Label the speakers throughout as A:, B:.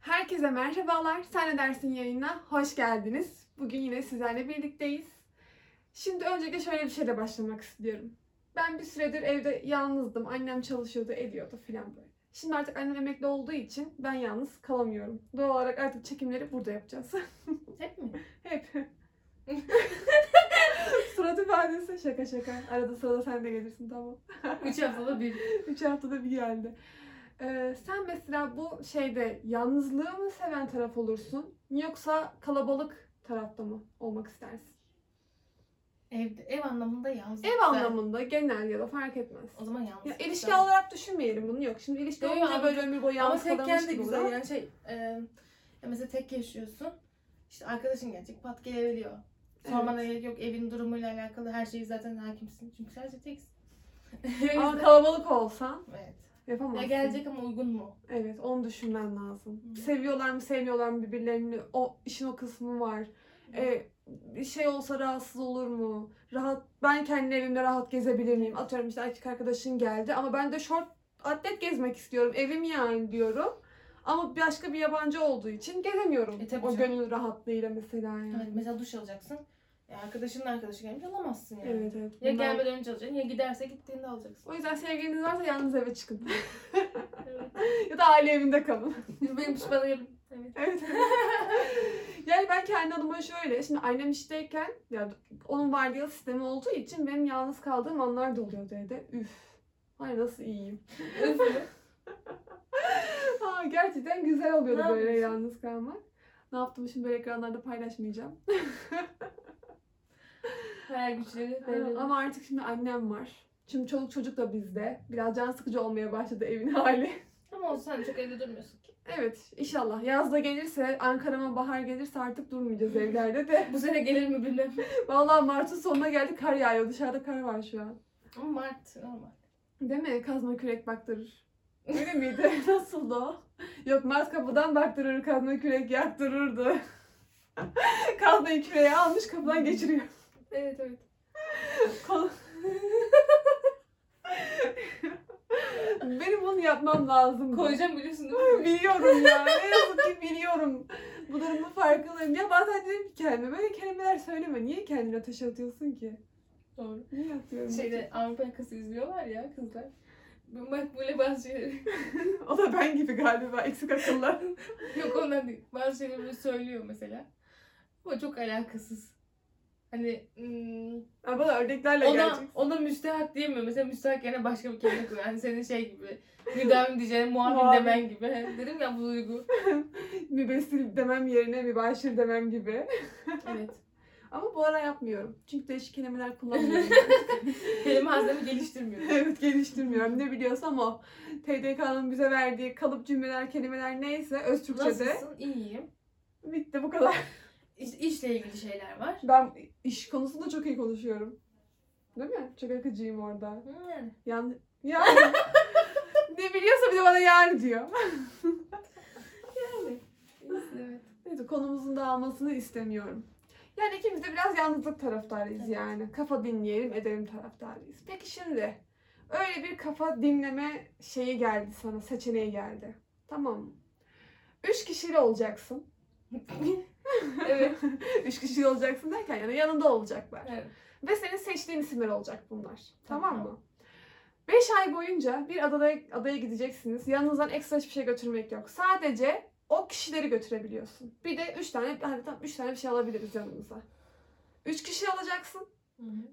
A: Herkese merhabalar. Sen ne dersin yayına? Hoş geldiniz. Bugün yine sizlerle birlikteyiz. Şimdi öncelikle şöyle bir şeyle başlamak istiyorum. Ben bir süredir evde yalnızdım. Annem çalışıyordu, ediyordu filan böyle. Şimdi artık annem emekli olduğu için ben yalnız kalamıyorum. Doğal olarak artık çekimleri burada yapacağız.
B: Hep mi?
A: Hep. Surat ifadesi şaka şaka. Arada sırada sen de gelirsin tamam.
B: Üç haftada bir.
A: Üç haftada bir geldi. Ee, sen mesela bu şeyde yalnızlığı mı seven taraf olursun yoksa kalabalık tarafta mı olmak istersin?
B: Evde, ev anlamında yalnız.
A: Ev anlamında genel ya da fark etmez.
B: O zaman yalnız.
A: Ya ilişki
B: güzel.
A: olarak düşünmeyelim bunu yok. Şimdi ilişki
B: Yok,
A: olunca
B: anladım.
A: böyle ömür boyu
B: Ama
A: yalnız
B: tekken
A: kalırmış
B: de
A: gibi
B: güzel
A: olur.
B: yani şey. E, ya mesela tek yaşıyorsun. İşte arkadaşın gelecek pat gelebiliyor. Sormana gerek yok. Evin durumuyla alakalı her şeyi zaten hakimsin. Çünkü sadece teksin.
A: Ama kalabalık olsan
B: evet. Ya
A: yapamazsın.
B: gelecek ama uygun mu?
A: Evet onu düşünmen lazım.
B: Hı.
A: Seviyorlar mı sevmiyorlar mı birbirlerini o işin o kısmı var. Ee, bir şey olsa rahatsız olur mu? Rahat ben kendi evimde rahat gezebilir miyim? Atıyorum işte erkek arkadaşın geldi ama ben de şort atlet gezmek istiyorum. Evim yani diyorum. Ama başka bir yabancı olduğu için gezemiyorum.
B: E, tabii
A: o
B: canım.
A: gönül rahatlığıyla mesela yani.
B: Evet, Hani mesela duş alacaksın. E, arkadaşının arkadaşı gelmiş alamazsın yani.
A: Evet evet.
B: Ya
A: Bunlar-
B: gelmeden önce alacaksın ya giderse gittiğinde alacaksın.
A: O yüzden sevgiliniz varsa yalnız eve çıkın.
B: evet.
A: ya da aile evinde kalın.
B: Benim pişmanım. Evet.
A: Evet. yani ben kendi adıma şöyle, şimdi annem işteyken, yani onun vardiyalı sistemi olduğu için benim yalnız kaldığım anlar da oluyordu evde. Üf. Ay nasıl iyiyim. Aa, gerçekten güzel oluyordu
B: Ne
A: böyle
B: yapıyorsun?
A: yalnız kalmak. Ne yaptım şimdi böyle ekranlarda paylaşmayacağım.
B: Hayal güçleri.
A: Evet,
B: Evet.
A: Ama artık şimdi annem var. Şimdi çoluk çocuk da bizde. Biraz can sıkıcı olmaya başladı evin hali.
B: Ama olsun sen çok evde durmuyorsun ki.
A: Evet inşallah yazda gelirse, Ankara'ma bahar gelirse artık durmayacağız evlerde de.
B: Bu sene gelir mi bilmem.
A: Vallahi Mart'ın sonuna geldi kar yağıyor. Dışarıda kar var şu an.
B: Ama Mart normal.
A: Değil mi? Kazma kürek baktırır. Öyle miydi? Nasıldı o? Yok Mars kapıdan baktırır, kazma kürek yaktırırdı. Kazmayı küreğe almış kapıdan geçiriyor.
B: Evet evet.
A: Kol- Benim bunu yapmam lazım.
B: Koyacağım biliyorsun değil mi?
A: Biliyorum ya. Ne yazık ki biliyorum. Bu durumun farkındayım. Ya bazen dedim ki kendime böyle kelimeler söyleme. Niye kendine taş atıyorsun ki?
B: Doğru.
A: Niye atıyorum?
B: Şeyde Avrupa yakası izliyorlar ya kızlar. Bak böyle bazı şeyleri.
A: O da ben gibi galiba eksik akıllar.
B: Yok ondan değil. Bazı şeyleri böyle söylüyor mesela. Ama çok alakasız. Hani ım,
A: Ha, bana örneklerle
B: ona,
A: geleceksin.
B: ona müstehak diyemiyor. Mesela müstehak yerine başka bir kelime koyuyor. Hani senin şey gibi. Müdavim diyeceğine muavin
A: Muavin.
B: demen gibi. Hani Dedim ya bu duygu.
A: Mübessil demem yerine mübaşir demem gibi.
B: Evet.
A: Ama bu ara yapmıyorum. Çünkü değişik kelimeler kullanmıyorum.
B: Kelime haznemi geliştirmiyor.
A: evet geliştirmiyorum. Ne biliyorsam o. TDK'nın bize verdiği kalıp cümleler, kelimeler neyse öz Türkçe'de
B: Nasılsın? İyiyim.
A: bitti bu kadar.
B: İş, işle ilgili şeyler var.
A: Ben iş konusunda çok iyi konuşuyorum. Değil mi? Çok akıcıyım orada.
B: Yani.
A: Yani, yani. ne biliyorsa bir de bana yani diyor.
B: Evet.
A: Neyse konumuzun dağılmasını istemiyorum. Yani ikimiz de biraz yalnızlık taraftarıyız
B: Evet.
A: yani. Kafa dinleyelim edelim taraftarıyız. Peki şimdi öyle bir kafa dinleme şeyi geldi sana, seçeneği geldi. Tamam mı? Üç kişiyle olacaksın.
B: evet.
A: Üç kişiyle olacaksın derken yani yanında olacaklar.
B: evet.
A: Ve senin seçtiğin isimler olacak bunlar. Tamam
B: Tamam.
A: mı? Beş ay boyunca bir adaya, adaya gideceksiniz. Yanınızdan ekstra hiçbir şey götürmek yok. Sadece o kişileri götürebiliyorsun. Bir de üç tane, hani tam üç tane bir şey alabiliriz yanımıza. Üç kişi alacaksın.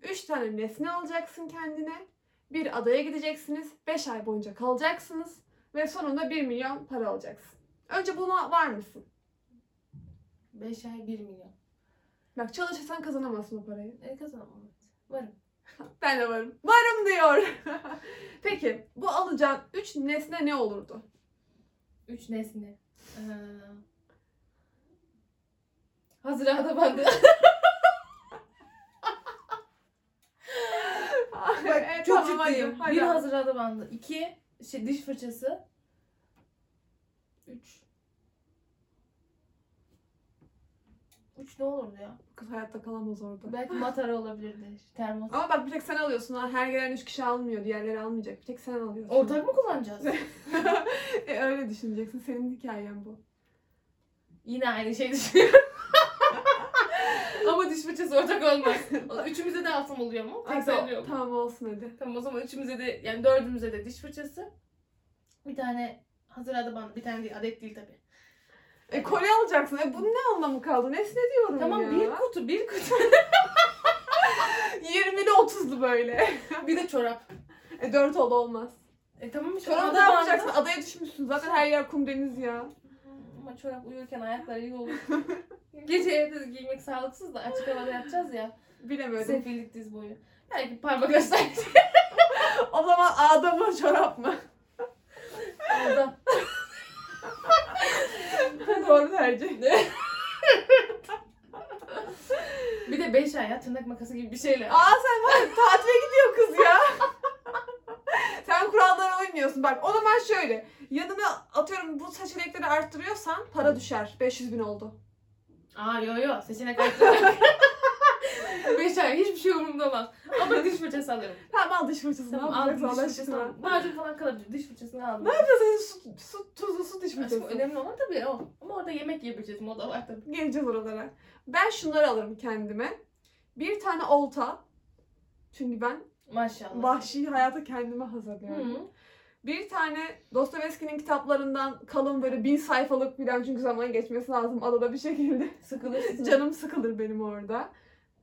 A: Üç tane nesne alacaksın kendine. Bir adaya gideceksiniz. Beş ay boyunca kalacaksınız. Ve sonunda bir milyon para alacaksın. Önce buna var mısın?
B: 5 ay 1 milyon.
A: Bak çalışırsan kazanamazsın o parayı.
B: E kazanamam. evet. Varım.
A: Ben de varım. Varım diyor. Peki bu alacağın 3 nesne ne olurdu?
B: 3 nesne. Ee, hazır ağda bandı. E,
A: Evet, E, tamam, hadi, hadi.
B: Bir hazır ağda bandı. 2 şey, diş fırçası. 3 3 ne olurdu ya?
A: Kız hayatta kalamaz orada.
B: Belki matara olabilirdi. Termos.
A: Ama bak bir tek sen alıyorsun. ha. Her gelen 3 kişi almıyor. Diğerleri almayacak. Bir tek sen alıyorsun.
B: Ortak mı kullanacağız?
A: e, öyle düşüneceksin. Senin hikayen bu.
B: Yine aynı şeyi düşünüyorum. Ama diş fırçası ortak olmaz. Üçümüze de altın oluyor mu? Tek
A: Hadi o-
B: oluyor mu?
A: tamam olsun hadi.
B: Tamam o zaman üçümüze de yani dördümüze de diş fırçası. Bir tane hazır adı bandı. Bir tane değil adet değil tabii.
A: E kolye alacaksın. E bunun ne anlamı kaldı? Nesne diyorum
B: Tamam
A: ya.
B: bir kutu bir kutu.
A: 20'li 30'lu böyle.
B: bir de çorap.
A: E 4 oldu olmaz.
B: E tamam işte
A: Çorabı
B: adı
A: da
B: bandı.
A: yapacaksın. Adaya düşmüşsün. Zaten her yer kum deniz ya.
B: Ama çorap uyurken ayakları iyi olur. Gece evde de giymek sağlıksız da açık havada yatacağız ya.
A: Bilemedim.
B: Sefillik diz boyu. Belki parmak göster.
A: o zaman ağda mı çorap mı?
B: Orada.
A: Doğru tercih.
B: Bir de beş ay ya tırnak makası gibi bir şeyle.
A: Aa sen var ya, tatile gidiyor kız ya. sen kurallara uymuyorsun. Bak o zaman şöyle. Yanına atıyorum bu seçenekleri arttırıyorsan para düşer. 500 bin oldu.
B: Aa yo yo seçenek arttırmak. Beş ay hiçbir şey umurumda olmaz. Ama diş fırçası alırım.
A: Tamam al dış fırçasını.
B: Tamam
A: al.
B: aldım
A: Bırak
B: diş
A: Allah
B: fırçasını
A: aşkına.
B: aldım. Macun falan kalabilir diş fırçasını aldım.
A: Ne yapıyorsun? Su, su, tuzlu su dış
B: Aşkım
A: fırçası.
B: önemli olan tabii o. Ama orada yemek yiyebileceğiz moda var tabii.
A: Geleceğiz oralara. Ben şunları alırım kendime. Bir tane olta. Çünkü ben
B: Maşallah.
A: vahşi hayata kendimi
B: Hı
A: hazırlıyorum.
B: -hı.
A: Bir tane Dostoyevski'nin kitaplarından kalın böyle bin sayfalık bilen çünkü zaman geçmesi lazım adada bir şekilde.
B: Sıkılırsın.
A: Canım sıkılır benim orada.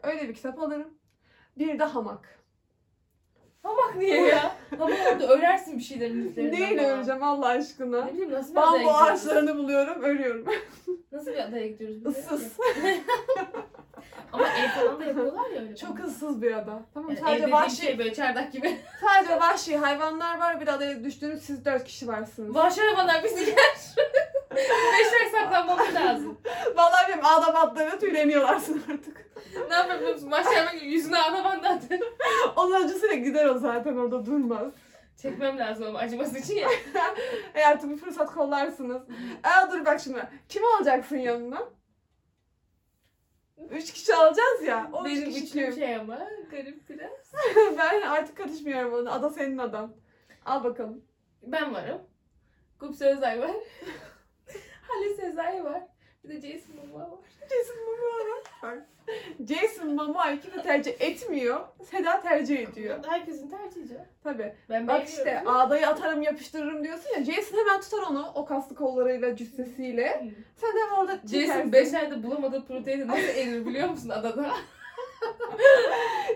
A: Öyle bir kitap alırım. Bir de hamak.
B: Hamak niye ya? Hamak orada örersin bir şeylerin üzerine.
A: Neyle öreceğim Allah aşkına?
B: Ne bileyim nasıl bir adaya
A: Bambu
B: gidiyoruz?
A: ağaçlarını buluyorum, örüyorum.
B: Nasıl bir adaya gidiyoruz? bir de?
A: Issız.
B: Ama ev falan da yapıyorlar ya öyle.
A: Çok
B: falan.
A: ıssız bir ada. Tamam
B: Yani ev
A: sadece
B: dediğim
A: vahşi,
B: şey böyle çardak gibi.
A: sadece vahşi hayvanlar var. Bir adaya düştüğünüz siz dört kişi varsınız.
B: Vahşi hayvanlar bizi yer. Beş ay saklanmamız lazım.
A: Vallahi benim adam atlarına tüyleniyorlarsın artık.
B: Ne yapayım biliyor musun? Vahşi hayvan gibi yüzüne anaman da atarım.
A: Onun acısıyla gider o zaten orada durmaz.
B: Çekmem lazım ama acıması için ya.
A: E artık bir fırsat kollarsınız. Aa dur bak şimdi. Kim alacaksın yanına? Üç kişi alacağız ya. O
B: Benim
A: üç
B: üçlüm
A: kişi.
B: şey ama garip biraz.
A: ben artık karışmıyorum ona. Ada senin adam. Al bakalım.
B: Ben varım. Gup Sezai var. Halil Sezai var. Bir de Jason Momoa var.
A: Jason Momoa var. Jason Momoa ikini tercih etmiyor. Seda tercih ediyor.
B: Herkesin tercihi.
A: Tabii.
B: Ben
A: Bak işte
B: beğeniyorum.
A: ağdayı atarım yapıştırırım diyorsun ya. Jason hemen tutar onu. O kaslı kollarıyla cüssesiyle. Sen de hemen orada
B: Hmm. Jason
A: çekersin.
B: 5 ayda bulamadığı proteini nasıl erir biliyor musun adada?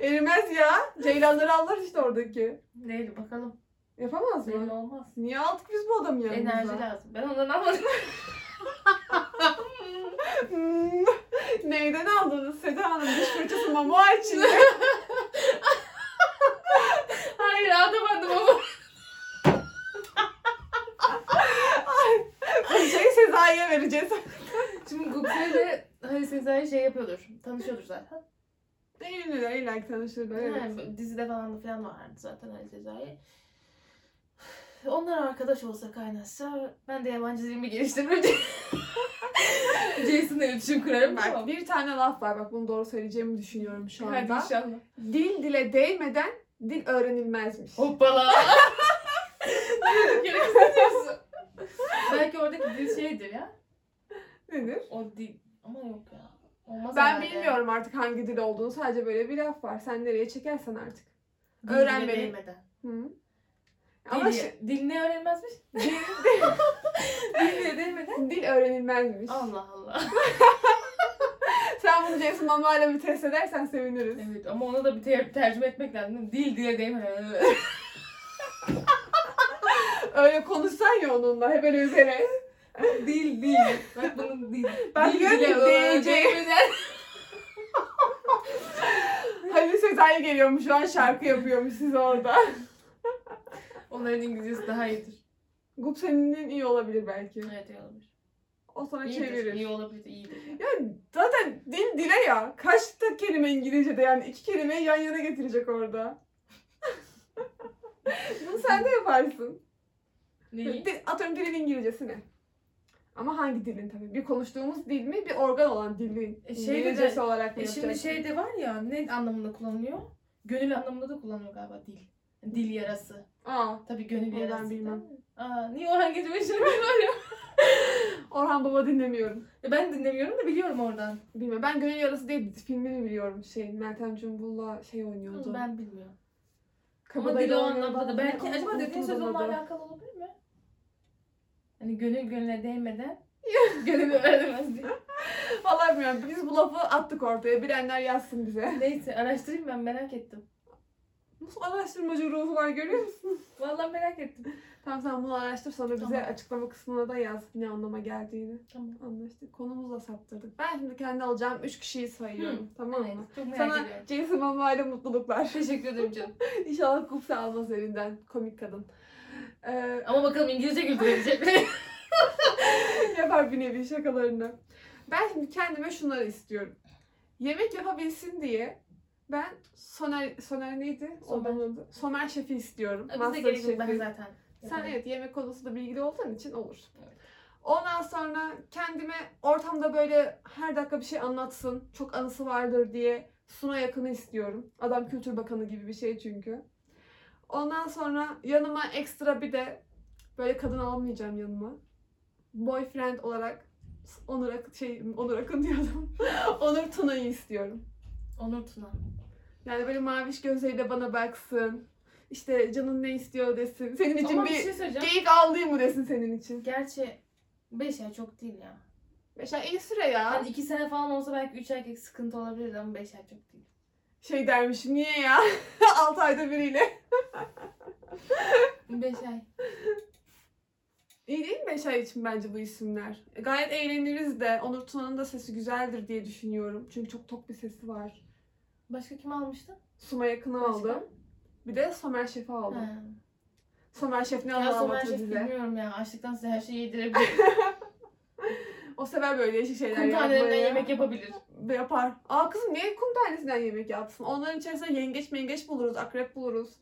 A: Erimez ya. Ceylanları avlar işte oradaki.
B: Neyle bakalım.
A: Yapamaz mı?
B: Neyle olmaz.
A: Niye aldık biz bu adamı yanımıza?
B: Enerji lazım. Ben ondan anladım.
A: Hmm, Neyden aldınız Seda Hanım? Diş fırçası mama için.
B: Hayır anlamadım ama.
A: Şey Sezai'ye vereceğiz.
B: Şimdi Google ile Halil Sezai şey yapıyordur. Tanışıyordur zaten.
A: Değilmiyor, illa ki tanışırlar. Evet.
B: Yani dizide falan da falan vardı zaten Halil Sezai. Onlar arkadaş olsa kaynasa ben de yabancı dilimi geliştirmem diye. Jason'la iletişim kurarım.
A: Bak
B: Bak,
A: bir tane laf var. Bak bunu doğru söyleyeceğimi düşünüyorum şu
B: Hadi
A: anda.
B: inşallah.
A: Dil dile değmeden dil öğrenilmezmiş.
B: Hoppala. Bir kere kıskanıyorsun. Belki oradaki dil şeydir ya.
A: Nedir?
B: O dil. Ama yok ya. Olmaz
A: Ben
B: herhalde.
A: bilmiyorum artık hangi dil olduğunu. Sadece böyle bir laf var. Sen nereye çekersen artık.
B: Dil bile
A: Öğrenmeli.
B: değmeden.
A: Hı. Ama
B: Ama
A: şey,
B: dil ne öğrenmezmiş?
A: dil,
B: Dil ne değmeden?
A: dil öğrenilmezmiş.
B: Allah Allah.
A: Sen bunu Jason Momoa'yla bir test edersen seviniriz.
B: Evet ama ona da bir ter- tercüme etmek lazım. Dil dile değmeden.
A: Öyle konuşsan ya onunla hep böyle üzere.
B: dil dil. Bak bunun dil.
A: Ben
B: dil
A: diyorum ki
B: öğrenmeden-
A: değecek. Halil Sezai geliyormuş şu an şarkı yapıyormuş siz orada.
B: Onların İngilizcesi daha iyidir.
A: Gup senin iyi olabilir belki.
B: Evet iyi olabilir.
A: O sana
B: İyidir.
A: çevirir.
B: İyi olabilir. iyidir.
A: Ya zaten dil dile ya. Kaç da kelime İngilizce'de yani iki kelimeyi yan yana getirecek orada. Bunu sen de yaparsın.
B: Neyi?
A: Di- Atıyorum dilin İngilizcesi ne? Ama hangi dilin tabii? Bir konuştuğumuz dil mi? Bir organ olan dilin
B: E, şey de-
A: İngilizcesi olarak mı
B: E şimdi
A: yapacaksın?
B: şey de var ya ne anlamında kullanılıyor? Gönül anlamında da kullanılıyor galiba dil. Dil yarası.
A: Aa,
B: Tabii gönül
A: Onu ben
B: yarası.
A: bilmem.
B: Aa, niye o hangi cümle var ya?
A: Orhan Baba dinlemiyorum.
B: E Ben dinlemiyorum da biliyorum oradan.
A: Bilmiyorum. Ben Gönül Yarası diye filmini biliyorum. Şey Meltem Cumbul'la şey oynuyordu.
B: Hmm, Ben bilmiyorum. Ama
A: Kabadayı
B: dili o
A: oynuyordu.
B: anlamda da. Belki
A: Ama
B: acaba dediğin söz
A: unutuldu
B: onunla
A: adı.
B: alakalı olabilir mi? Hani gönül gönüle değmeden gönüle veremez diye.
A: Vallahi bilmiyorum. Biz bu lafı attık ortaya. Bilenler yazsın bize.
B: Neyse araştırayım ben merak ettim.
A: Nasıl araştırmacı ruhu var görüyor musun?
B: Vallahi merak ettim.
A: Tamam sen bunu araştır sonra bize
B: Tamam.
A: açıklama kısmına da yaz ne anlama geldiğini.
B: Tamam.
A: Anlaştık. Konumuzla saptırdık. Ben şimdi kendi alacağım 3 kişiyi sayıyorum. Tamam mı?
B: Evet, çok merak
A: Sana
B: ediyorum.
A: Jason Momoa ile mutluluklar.
B: Teşekkür ederim canım.
A: İnşallah kupse almaz elinden. Komik kadın. Ee,
B: Ama bakalım İngilizce güldürebilecek mi?
A: yapar bir nevi şakalarını. Ben şimdi kendime şunları istiyorum. Yemek yapabilsin diye ben Soner, Soner neydi? O
B: Somer.
A: adamın adı? Somer Şef'i istiyorum.
B: Bize
A: Master
B: gerek yok ben
A: Şef'i.
B: zaten.
A: Sen
B: yaparım.
A: evet yemek konusunda bilgili olduğun için olur.
B: Evet.
A: Ondan sonra kendime ortamda böyle her dakika bir şey anlatsın, çok anısı vardır diye Suna yakını istiyorum. Adam Kültür Bakanı gibi bir şey çünkü. Ondan sonra yanıma ekstra bir de böyle kadın almayacağım yanıma. Boyfriend olarak Onur Akın, şey, Onur Akın diyordum. Onur Tuna'yı istiyorum.
B: Onur Tuna.
A: Yani böyle maviş gözleriyle bana baksın. İşte canın ne istiyor desin. Senin için
B: Ama bir
A: bir
B: şey söyleyeceğim.
A: Geyik avlayayım mı desin senin için?
B: Gerçi 5 ay çok değil ya.
A: Mesela iyi süre ya.
B: Hani 2 sene falan olsa belki 3 erkek sıkıntı olabilirdi ama 5 ay çok değil.
A: Şey dermiş niye ya? 6 ayda biriyle.
B: 5 ay.
A: İyi değil mi 5 ay için bence bu isimler? E, Gayet eğleniriz de Onur Tuna'nın da sesi güzeldir diye düşünüyorum. Çünkü çok tok bir sesi var.
B: Başka kim almıştı?
A: Suma yakını
B: Başka?
A: aldım. Bir de Somer Şef'i aldım.
B: Ha.
A: Somer Şef ne
B: Ya Somer
A: anlatır
B: Şef
A: bize?
B: bilmiyorum ya. Açlıktan size her şeyi yedirebilir.
A: O sever böyle yeşil şeyler
B: Kum tanelerinden yemek yapabilir.
A: Ve Yapar. Aa kızım niye kum tanesinden yemek yapsın? Onların içerisinde yengeç mengeç buluruz, akrep buluruz.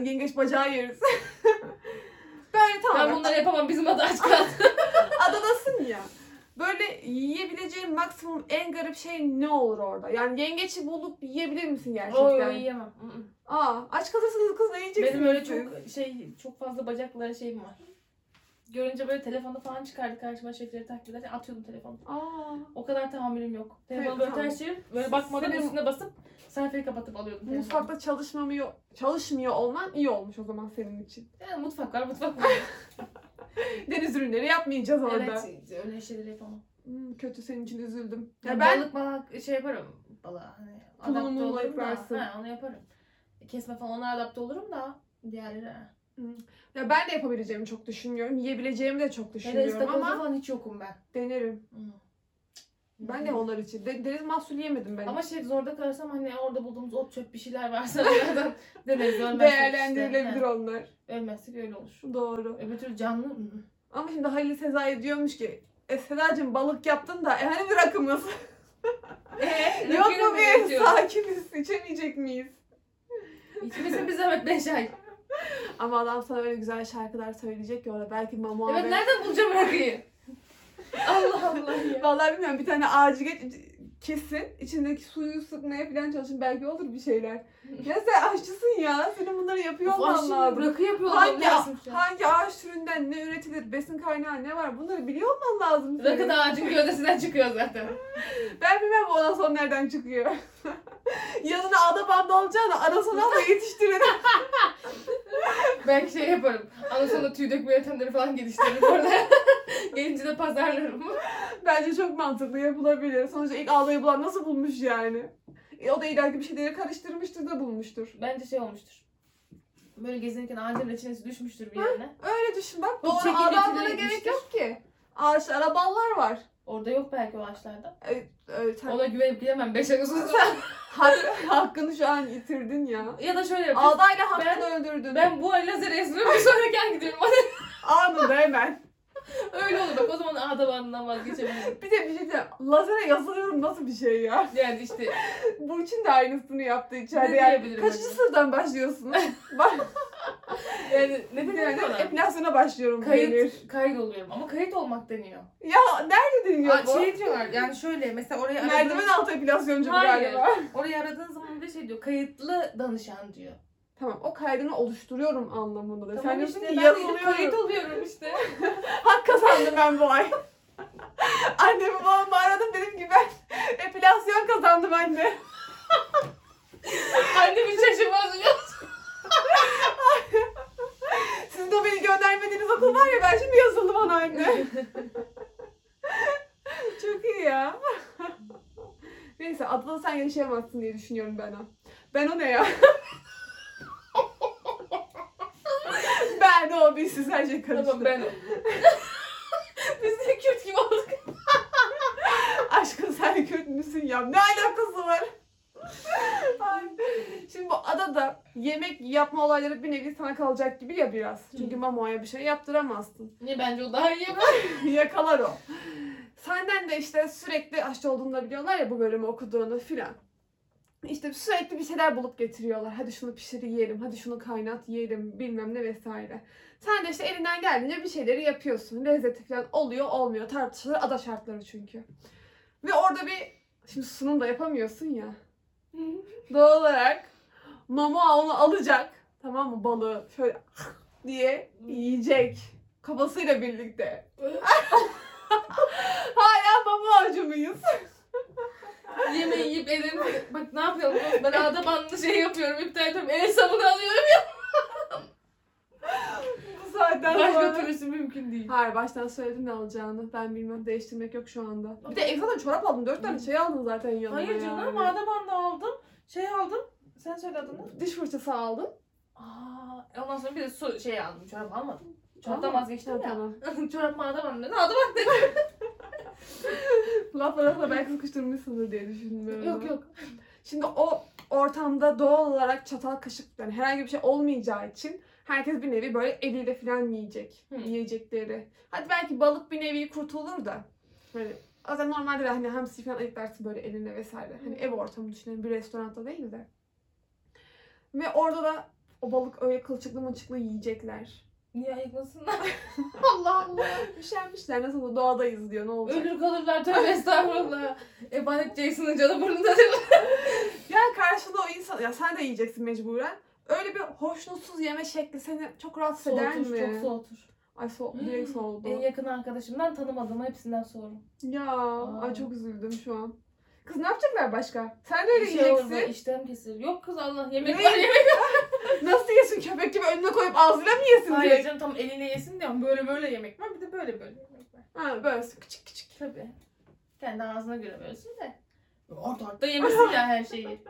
A: Yengeç bacağı yeriz. böyle tamam.
B: Ben bunları yapamam. Bizim adı aç kaldı.
A: Adadasın ya. Böyle yiyebileceğin maksimum en garip şey ne olur orada? Yani yengeçi bulup yiyebilir misin gerçekten?
B: Oy yiyemem. Mm, mm.
A: Aa aç kalırsınız kız ne yiyeceksiniz?
B: Benim öyle
A: siz?
B: çok şey çok fazla bacaklara şeyim var. Görünce böyle telefonda falan çıkardı karşıma şefleri takip ederken atıyordum telefonu.
A: Aa.
B: O kadar tahammülüm yok. Telefonu
A: Evet,
B: böyle
A: tamam.
B: ters çevirip böyle bakmadan
A: Senin-
B: üstüne basıp sayfayı kapatıp alıyordum telefonu.
A: Mutfakta çalışmamıyor, çalışmıyor olman iyi olmuş o zaman senin için.
B: Yani mutfak var mutfak var.
A: Deniz ürünleri yapmayacağız orada.
B: evet öyle şeyleri yapamam.
A: Hmm, kötü senin için üzüldüm. Ya
B: Yani
A: ben
B: Balık balık şey yaparım. Balığa hani
A: Kulunu
B: adapte
A: mumla
B: olurum da.
A: yaparsın.
B: He, onu yaparım. E, Kesme falan ona adapte olurum da diğerleri. he.
A: ya ben de yapabileceğimi çok düşünüyorum. Yiyebileceğimi de çok
B: Hele
A: düşünüyorum
B: ıstakozu
A: ama
B: falan hiç yokum ben.
A: denerim.
B: Hmm.
A: Ben de onlar için. De- deniz mahsulü yemedim ben.
B: Ama şey zorda kalırsam hani orada bulduğumuz ot çöp bir şeyler varsa onlardan deneriz. Ölmezsek
A: Değerlendirilebilir
B: işte.
A: onlar.
B: He, Ölmezsek öyle olur.
A: Doğru.
B: Öbür türlü canlı mı?
A: Ama şimdi Halil Sezai diyormuş ki e Sedacığım balık yaptın da e hani bir rakımız
B: Ee,
A: yok mu bir sakiniz içemeyecek miyiz?
B: İçmesi bir zahmet 5 ay.
A: Ama adam sana öyle güzel şarkılar söyleyecek ki orada belki Mamo
B: Evet
A: abi.
B: nereden bulacağım rakıyı? Allah Allah ya.
A: Vallahi bilmiyorum bir tane ağacı geç, kesin içindeki suyu sıkmaya falan çalışın belki olur bir şeyler. ya sen aşçısın ya senin bunları yapıyor olman
B: Vahşi
A: lazım.
B: rakı yapıyorlar.
A: Hangi, hangi ağaç türünden ne üretilir, besin kaynağı ne var bunları biliyor olman lazım. senin.
B: Rakı da ağacın gövdesinden çıkıyor zaten.
A: Ben bilmem bu ondan sonra nereden çıkıyor. Yanına ada bandı olacağını anasını ama yetiştirin.
B: Belki şey yaparım. Anasonda tüy dökme yöntemleri falan geliştiririm orada. Gelince de pazarlarım.
A: Bence çok mantıklı yapılabilir. Sonuçta ilk ağlayı bulan nasıl bulmuş yani? E, o da ileriki bir şeyleri karıştırmıştır da bulmuştur.
B: Bence şey olmuştur. Böyle gezinirken ağacın reçinesi düşmüştür bir yerine.
A: Öyle düşün bak.
B: Bu
A: Doğru
B: çekirdekleri
A: ağlanmana gerek
B: yemiştir.
A: yok ki. Ağaçlara ballar var.
B: Orada yok belki o ağaçlarda.
A: E, e, sen-
B: Ona güvenip gidemem 5 ay uzun süre.
A: hak- hakkını şu an yitirdin ya.
B: Ya da şöyle yapacağız.
A: Ağdayla hakkını öldürdün.
B: Ben bu ay lazer esmiyorum bir sonraki ay gidiyorum.
A: Anında hemen.
B: Öyle olur bak o zaman ağda bandından vazgeçebilirim.
A: Bir de bir şey diyeceğim. Lazere yazılıyorum nasıl bir şey ya?
B: Yani işte
A: Burçin de aynısını yaptı içeride.
B: Ne
A: Yani.
B: diyebilirim
A: Kaçıncı
B: acaba?
A: sıradan başlıyorsunuz? Bak.
B: yani ne
A: Yani
B: deniyor ona?
A: enflasyona başlıyorum denir.
B: Kayıt, kayıt oluyorum ama kayıt olmak deniyor.
A: Ya nerede deniyor
B: Aa,
A: bu?
B: şey diyorlar yani şöyle mesela oraya
A: Merdiven altı enflasyoncu bu
B: Hayır.
A: galiba.
B: Orayı aradığın zaman bir şey diyor. Kayıtlı danışan diyor.
A: Tamam o kaydını oluşturuyorum anlamında da. Sen diyorsun
B: işte
A: ki
B: ben
A: yarın
B: gidip
A: oluyorum.
B: kayıt oluyorum işte.
A: Hak kazandım ben bu ay. Annemi babamı aradım dedim ki ben epilasyon kazandım anne.
B: Annemin şaşırmaz biliyor musun?
A: Sizin de beni göndermediğiniz okul var ya ben şimdi yazıldım ona anne. Çok iyi ya. Neyse Adnan'ı sen yaşayamazsın diye düşünüyorum ben o. Ben o ne ya? ben o biz siz her şey karıştı.
B: Tamam ben o. Biz de Kürt gibi olduk.
A: Aşkım sen Kürt müsün ya? Ne alakası var? Ay. Şimdi bu adada yemek yapma olayları bir nevi sana kalacak gibi ya biraz. Çünkü mamoya bir şey yaptıramazsın.
B: Ne bence o daha iyi yapar.
A: Yakalar o. Senden de işte sürekli aşçı olduğunu da biliyorlar ya bu bölümü okuduğunu filan. İşte sürekli bir şeyler bulup getiriyorlar. Hadi şunu pişir yiyelim, hadi şunu kaynat yiyelim bilmem ne vesaire. Sen de işte elinden geldiğince bir şeyleri yapıyorsun. Lezzeti falan oluyor olmuyor tartışılır ada şartları çünkü. Ve orada bir şimdi sunum da yapamıyorsun ya. Doğal olarak mama onu alacak. Tamam mı balığı şöyle diye yiyecek. Kafasıyla birlikte. Hala mama avcı mıyız?
B: Yemeği yiyip elini... Bak ne yapıyorum? biliyor musun? Ben adam anlı şey yapıyorum. iptal ediyorum. El sabunu alıyorum.
A: Bu saatten
B: Başka
A: sonra.
B: türlüsü mümkün değil.
A: Hayır baştan söyledim ne alacağını. Ben bilmem değiştirmek yok şu anda. Bir de ekstradan çorap aldım. Dört tane şey aldın zaten yanına
B: Hayır canım
A: yani.
B: adam anlı aldım. Şey aldım. Sen söyle adını.
A: Diş fırçası aldım.
B: Aa, ondan sonra bir de su şey aldım. Çorap almadım.
A: Tamam.
B: Çoraptan vazgeçtim ya.
A: Tamam.
B: Çorap mı adam anlı? Adam anlı.
A: Laf arasında belki sıkıştırmışsındır diye düşünmüyorum.
B: Yok yok.
A: Şimdi o ortamda doğal olarak çatal kaşık yani herhangi bir şey olmayacağı için herkes bir nevi böyle eliyle falan yiyecek.
B: Hı.
A: Yiyecekleri. Hadi belki balık bir nevi kurtulur da. Böyle o zaman normalde de hani hamsi falan ayıklarsın böyle eline vesaire. Hani
B: Hı.
A: ev ortamı düşünelim bir restoranda değil de. Ve orada da o balık öyle kılçıklı mıçıklı yiyecekler.
B: Niye ayıklasınlar? Allah Allah.
A: Üşenmişler nasıl olsa doğadayız diyor ne olacak.
B: Ölür kalırlar tövbe estağfurullah. Ebanet Jason'ın canı burnunda değil mi?
A: Ya karşında o insan, ya sen de yiyeceksin mecburen. Öyle bir hoşnutsuz yeme şekli seni çok rahatsız eder mi?
B: Soğutur, çok soğutur.
A: Ay so
B: Hmm.
A: direkt soğudu.
B: En yakın arkadaşımdan tanımadığım hepsinden sorum.
A: ya
B: Aa.
A: ay çok üzüldüm şu an. Kız ne yapacaklar başka? Sen de öyle
B: Bir şey olur mu?
A: yiyeceksin.
B: İştahım kesilir. Yok kız Allah yemek
A: Ne?
B: var yemek.
A: Nasıl yesin köpek gibi önüne koyup ağzıyla mı yesin
B: Hayır
A: direkt?
B: canım tam eliyle yesin diyorum. Böyle böyle yemek var bir de böyle böyle yemek var.
A: Ha böyle küçük küçük.
B: Tabii. Kendi ağzına göre bölsün de. Orta orta yemesin ya her şeyi.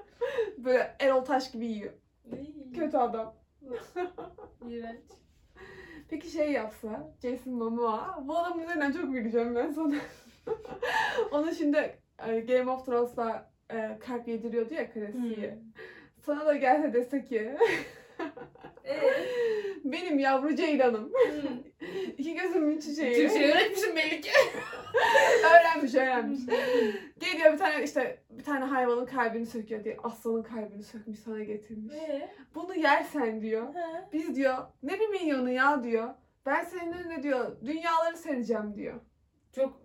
A: Böyle Erol Taş gibi yiyor.
B: Kötü.
A: Kötü adam.
B: İğrenç.
A: Peki şey yapsa Jason Momoa. Bu adamın üzerinden çok güleceğim ben sana. Onu şimdi e, Game of Thrones'la e, kalp yediriyordu ya
B: Hmm.
A: Krasi'ye. Sana da gelse dese ki
B: Eee?
A: benim yavru ceylanım
B: Ee, Hmm.
A: iki gözümün çiçeği
B: Tüm şeyi öğretmişim belli ki.
A: öğrenmiş öğrenmiş. Geliyor bir tane işte bir tane hayvanın kalbini söküyor diye aslanın kalbini sökmüş sana getirmiş.
B: Eee?
A: Bunu yersen diyor.
B: Ha?
A: Biz diyor ne bir milyonu ya diyor. Ben senin önüne diyor dünyaları sereceğim diyor.
B: Çok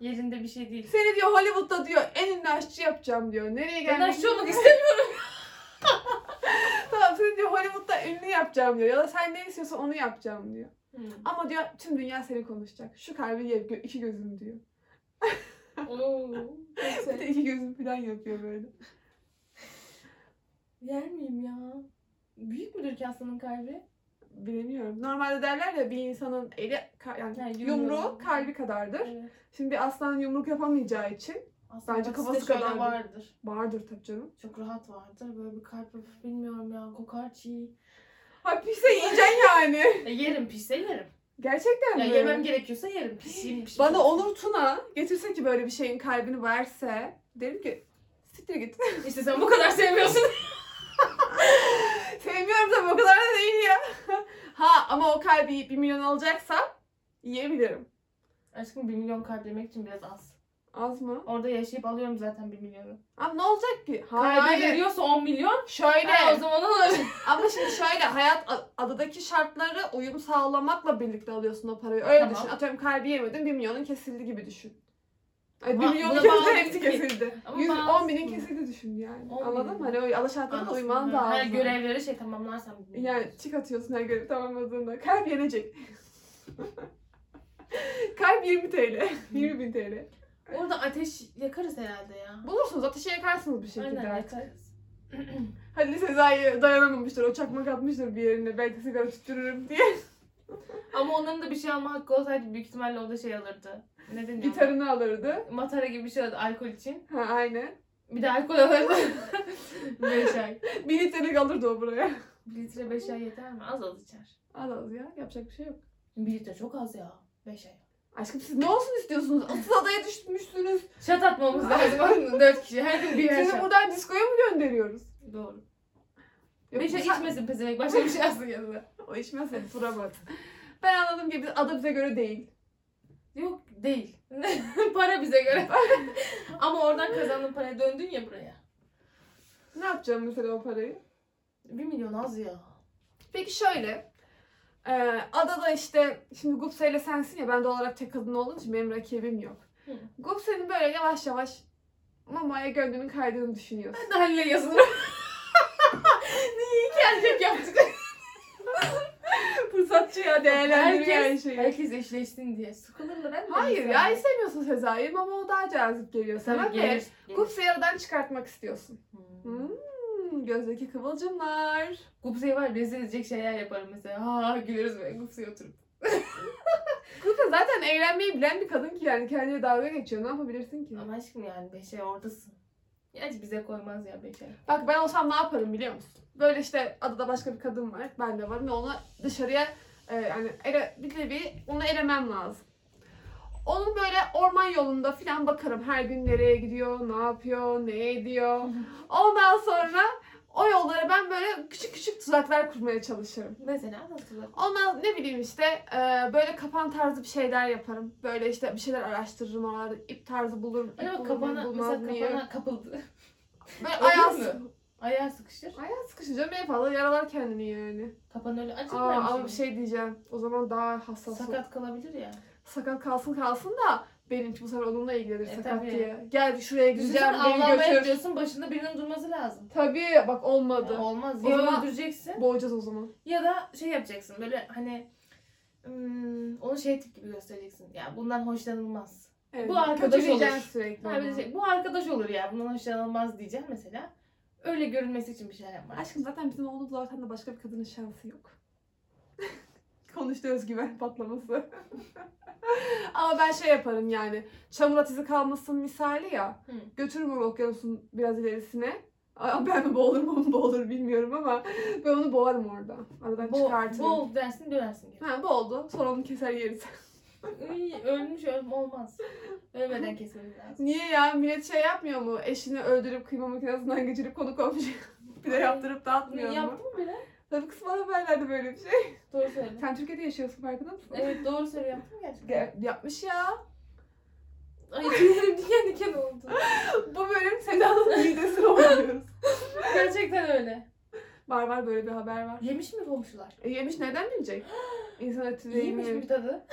B: yerinde bir şey değil.
A: Seni diyor Hollywood'da diyor en ünlü aşçı yapacağım diyor. Nereye
B: Ben
A: gelmek
B: aşçı olmak istemiyorum.
A: Tamam seni diyor Hollywood'da ünlü yapacağım diyor. Ya da sen ne istiyorsan onu yapacağım diyor. Ama diyor tüm dünya seni konuşacak. Şu kalbi ye gö- iki gözüm diyor.
B: Oo,
A: Bir de iki gözüm falan yapıyor böyle.
B: Yer miyim ya? Büyük müdür ki aslanın kalbi?
A: Bilemiyorum. Normalde derler ya bir insanın eli ka- yani,
B: Yani
A: yumruğu,
B: yumruğu.
A: kalbi kadardır.
B: Evet.
A: Şimdi bir aslan yumruk yapamayacağı için
B: Aslan
A: Bence
B: Bence
A: kafası
B: kafası kadar
A: kadardı.
B: vardır.
A: vardır tabii canım.
B: Çok rahat vardır. Böyle bir kalp öpüp bilmiyorum ya. Kokar çiğ.
A: Ha pisse yiyeceksin yani.
B: E, yerim pisse yerim.
A: Gerçekten
B: Ya
A: mi?
B: yemem gerekiyorsa yerim. Pisiyim pis.
A: Bana Onur Tuna getirse ki böyle bir şeyin kalbini verse derim ki siktir git.
B: İşte sen bu kadar sevmiyorsun.
A: Sevmiyorum tabii o kadar da değil ya. ha ama o kalbi bir milyon alacaksam yiyebilirim.
B: Aşkım 1 milyon kalp yemek için biraz az.
A: Az mı?
B: Orada yaşayıp alıyorum zaten 1 milyonu.
A: Ama ne olacak ki? Hayır.
B: Kalbi
A: hayır.
B: veriyorsa 10 milyon.
A: Şöyle.
B: Ha, o zaman alırım.
A: Ama şimdi şöyle hayat ad- adadaki şartları uyum sağlamakla birlikte alıyorsun o parayı. Öyle
B: Tamam.
A: düşün. Atıyorum kalbi yemedin 1 milyonun kesildi gibi düşün. Ay, 1
B: Ama
A: milyonun
B: buna
A: kesildi
B: bağlı
A: hepsi
B: değil.
A: kesildi.
B: Ama
A: 100,
B: bazı-
A: 10 binin kesildi düşün yani.
B: 10
A: Anladın mı?
B: bin.
A: Hani öyle ala şartlarına uyman lazım.
B: Ha, görevleri şey tamamlarsan.
A: Yani çık atıyorsun her görevi tamamladığında. Kalp yenecek. Kalp 20 TL. 20 bin TL.
B: Orada ateş yakarız herhalde ya.
A: Bulursunuz ateşe yakarsınız bir şekilde
B: Aynen
A: artık.
B: yakarız.
A: Hani Sezai dayanamamıştır. O çakmak atmıştır bir yerine. Belki sigara tüttürürüm diye.
B: Ama onların da bir şey alma hakkı olsaydı büyük ihtimalle o da şey alırdı. Ne deniyor?
A: Gitarını alırdı.
B: Matara gibi bir şey alırdı alkol için.
A: Ha aynen.
B: Bir de alkol alırdı. 5 ay.
A: Bir litrelik alırdı o buraya.
B: 1 litre 5 ay yeter mi? Az az içer.
A: Al al ya. Yapacak bir şey yok.
B: 1 litre çok az ya. 5 ay.
A: Aşkım siz ne olsun istiyorsunuz? Asıl adaya düşmüşsünüz.
B: Şat atmamız lazım 4 kişi. Her gün birer
A: Sizi
B: şat.
A: buradan diskoya mı gönderiyoruz?
B: Doğru.
A: Yok,
B: 5 ay
A: sen-
B: içmesin pezevenk. Başka bir şey alsın yanına.
A: O içmezse duramaz. Ben anladım ki biz ada bize göre değil.
B: Yok değil. Para bize göre. Ama oradan kazandığın paraya döndün ya buraya.
A: Ne yapacağım mesela o parayı?
B: 1 milyon az ya.
A: Peki şöyle. Ee, adada işte şimdi Gupse ile sensin ya ben de olarak tek kadın olduğum için benim rakibim yok.
B: Hı.
A: Gupse'nin böyle yavaş yavaş mamaya gönlünün kaydığını düşünüyorsun.
B: Ben de Halil'e yazılırım. Niye iki erkek yaptık?
A: Fırsatçı ya değerlendiriyor her
B: herkes,
A: şeyi.
B: herkes eşleşsin diye. Sıkılırlar hem de
A: Hayır
B: insan.
A: ya istemiyorsun Sezai'yi ama o daha cazip geliyor sana
B: Tabii
A: ve
B: gelir. gelir.
A: Gupse'yi aradan çıkartmak istiyorsun.
B: Hmm.
A: Hmm, gözdeki kıvılcımlar.
B: Gupse'yi var rezil edecek şeyler yaparım mesela. Ha güleriz böyle Gupse'ye oturup.
A: Gupse zaten eğlenmeyi bilen bir kadın ki yani kendine dalga geçiyor. Ne yapabilirsin ki?
B: Ama aşkım yani beşe oradasın. Gerçi bize koymaz ya beşe.
A: Bak ben olsam ne yaparım biliyor musun? Böyle işte adada başka bir kadın var, ben de varım ve onu dışarıya e, yani ele, bir nevi onu elemem lazım. Onun böyle orman yolunda filan bakarım her gün nereye gidiyor, ne yapıyor, ne ediyor. Ondan sonra o yollara ben böyle küçük küçük tuzaklar kurmaya çalışırım.
B: Mesela nasıl bak?
A: Ondan ne bileyim işte e, böyle kapan tarzı bir şeyler yaparım. Böyle işte bir şeyler araştırırım oralarda ip tarzı bulurum. ip
B: Hani bak
A: bulurum,
B: kafana,
A: bulmaz
B: mesela
A: mıyım?
B: kafana kapıldı.
A: Böyle
B: Öyle
A: ayağı,
B: mi? Ayağı sıkışır.
A: ayağı sıkışacağım en fazla yaralar kendini yani.
B: Kapan öyle
A: Aa,
B: acıtmamış.
A: ama bir şey diyeceğim. O zaman daha hassas ol.
B: Sakat kalabilir ya.
A: Sakat kalsın kalsın da benimki bu sefer onunla ilgilenir
B: E,
A: sakat
B: tabii.
A: diye. Gel şuraya
B: Düşünsene
A: gideceğim beni
B: avlanmaya
A: götür.
B: gidiyorsun başında birinin durması lazım.
A: Tabii bak olmadı.
B: Ya olmaz.
A: O
B: Ya
A: zaman-
B: öldüreceksin
A: Boğacağız o zaman.
B: ya da şey yapacaksın böyle hani hmm, onu şey tip gibi göstereceksin. Ya bundan hoşlanılmaz.
A: Evet.
B: Bu arkadaş
A: Kötüleyeceksin
B: olur.
A: sürekli.
B: Ha, bir de
A: onu.
B: şey, bu arkadaş olur ya bundan hoşlanılmaz diyeceğim mesela. Öyle görünmesi için bir şeyler yapmak.
A: Aşkım zaten bizim oğlumuz zaten de başka bir kadının şansı yok. Konuştu özgüven patlaması. Ama ben şey yaparım yani. Çamur at izi kalmasın misali ya.
B: Hı.
A: Götürürüm onu okyanusun biraz ilerisine. Aa, ben mi boğulurum o mu boğulur bilmiyorum ama ben onu boğarım orada. Aradan
B: Bo,
A: çıkartırım.
B: bol dersin dönersin geri.
A: Ha boğuldu. Sonra onu keser yeriz.
B: Iy, Ölmüş ölüm olmaz. Ölmeden kesmemiz lazım.
A: Niye ya? Millet şey yapmıyor mu? Eşini öldürüp kıyma makinesinden geçirip konu komşuya bir de
B: Ay,
A: yaptırıp dağıtmıyor mu?
B: Yaptın mı bile?
A: Tabii kısmen haberlerde böyle bir şey.
B: Doğru söyle.
A: Sen Türkiye'de yaşıyorsun farkında mısın?
B: Evet doğru söyle yaptın mı gerçekten?
A: Ge- yapmış ya.
B: Ay tüylerim diken diken oldu.
A: Bu bölüm Seda'nın midesini oynuyoruz.
B: Gerçekten öyle.
A: Var var böyle bir haber var.
B: Yemiş mi komşular?
A: E, yemiş neden bilecek? İnsan eti de
B: İyiymiş
A: yemiyor.
B: bir tadı.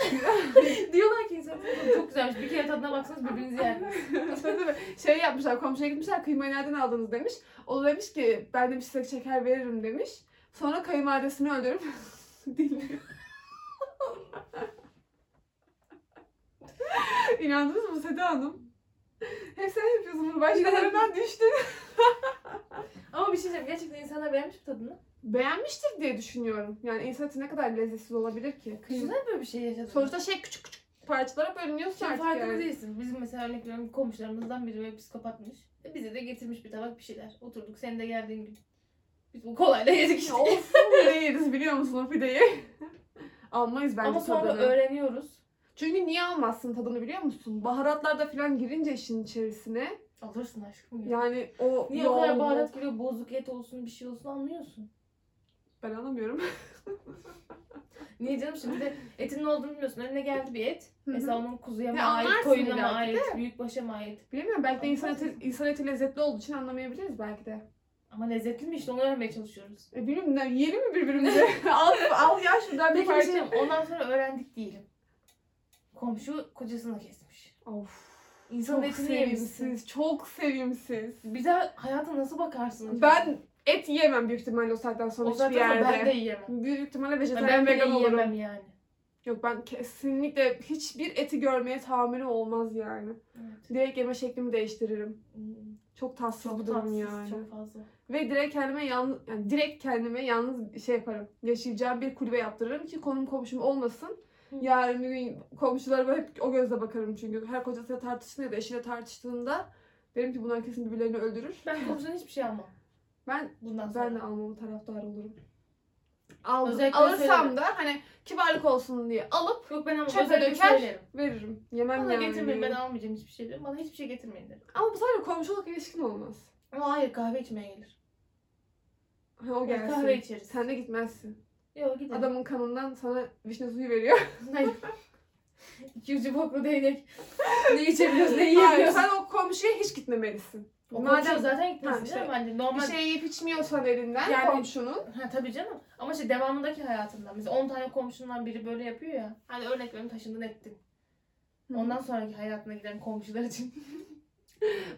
B: Diyorlar ki insan tadı çok güzelmiş. Bir kere tadına baksanız birbirinizi yerdiniz.
A: Tabii, tabii. şey yapmışlar komşuya gitmişler kıymayı nereden aldınız demiş. O da demiş ki ben demiş size şeker veririm demiş. Sonra kayınvalidesini öldürüp dinliyor. İnandınız mı Seda Hanım? Hep sen yapıyorsun bunu. Başkalarından düştün.
B: Ama bir şey diyeceğim. Gerçekten insanlar beğenmiş mi tadını?
A: Beğenmiştir diye düşünüyorum. Yani insan eti ne kadar lezzetsiz olabilir ki? Kıyma.
B: Güzel böyle bir şey yaşadın.
A: Sonuçta şey küçük küçük parçalara bölünüyorsun
B: Şimdi
A: artık
B: farkında
A: yani.
B: değilsin. Bizim mesela örnek veriyorum komşularımızdan biri böyle psikopatmış. E Bize de getirmiş bir tabak bir şeyler. Oturduk senin de geldiğin gün. Biz bu kolayla yedik işte.
A: Ya Of pide yeriz biliyor musun o pideyi? Almayız bence
B: Ama sonra
A: tadını.
B: öğreniyoruz.
A: Çünkü niye almazsın tadını biliyor musun? Baharatlarda falan girince işin içerisine
B: Alırsın aşkım. Ya.
A: yani o
B: Niye o kadar
A: yoğunluk-
B: baharat giriyor? Bozuk et olsun bir şey olsun anlıyorsun.
A: Ben anlamıyorum.
B: Niye canım şimdi de etin ne olduğunu bilmiyorsun. Önüne geldi bir et.
A: Hı hı.
B: Mesela onun kuzuya mı
A: Ya
B: ait,
A: anlarsın
B: koyuna mı
A: belki
B: ait, büyükbaşa mı ait?
A: Bilmiyorum belki de insan
B: Anlamaz
A: eti,
B: mısın?
A: insan eti lezzetli olduğu için anlamayabiliriz belki de.
B: Ama lezzetli mi işte onu öğrenmeye çalışıyoruz.
A: E, bilmiyorum ne- yiyelim mi birbirimizi? al, al ya şuradan bir
B: Peki bir şey
A: parça.
B: diyeyim, ondan sonra öğrendik diyelim. Komşu kocasını kesmiş.
A: Of.
B: İnsanın
A: Çok
B: etini yemişsin.
A: sevimsiz. Çok sevimsiz.
B: Bir daha hayata nasıl bakarsın? acaba?
A: Ben et yiyemem büyük ihtimalle o saatten sonra
B: o
A: hiçbir
B: zaten
A: yerde.
B: ben de yiyemem.
A: Büyük ihtimalle
B: Ben,
A: vejetaryen
B: ben bile
A: vegan olurum.
B: yiyemem yani.
A: Yok ben kesinlikle hiçbir eti görmeye tahammülüm olmaz yani.
B: Evet.
A: Direkt yeme şeklimi değiştiririm.
B: Hmm.
A: Çok tatsız
B: Çok
A: bir durum
B: tatsız,
A: yani.
B: çok fazla.
A: Ve direkt kendime yalnız, yani direkt kendime yalnız şey yaparım. Yaşayacağım bir kulübe yaptırırım ki konum komşum olmasın.
B: Hı.
A: Yarın bir gün komşularıma hep o gözle bakarım çünkü her kocasıyla tartıştığında ya da eşiyle tartıştığında derim ki bunlar kesin birbirlerini öldürür.
B: Ben komşudan hiçbir şey almam.
A: Ben
B: Bundan sonra.
A: ben de almamı taraftar olurum. Al,
B: Özellikle
A: alırsam
B: söylerim.
A: da hani kibarlık olsun diye alıp
B: Yok ben ama
A: Çöpe
B: özellikle
A: döker.
B: söylerim.
A: veririm. Yemem
B: Bana
A: yani.
B: getirmeyin ben almayacağım hiçbir şey diyorum. Bana hiçbir şey getirmeyin derim.
A: Ama bu sefer komşuluk ilişkin olmaz.
B: Ama hayır kahve içmeye gelir.
A: Ha, Hani o
B: Evet,
A: gelsin.
B: kahve içeriz.
A: Sen de gitmezsin.
B: Yok gidelim.
A: Adamın kanından sana vişne suyu veriyor.
B: Hayır. İki ucu boklu değnek. ne içebiliyoruz ne
A: Hayır,
B: yiyebiliyoruz.
A: sen o komşuya hiç gitmemelisin.
B: O
A: Madem-
B: komşu zaten
A: Ha,
B: gitmesin
A: işte.
B: canım bence. Normal.
A: Bir şey yiyip içmiyorsan elinden
B: Yani-
A: komşunun.
B: Ha tabii canım. Ama işte devamındaki hayatından. Mesela 10 tane komşundan biri böyle yapıyor ya. Hani örnek veriyorum taşındın ettin. Ondan sonraki hayatına giden komşular için.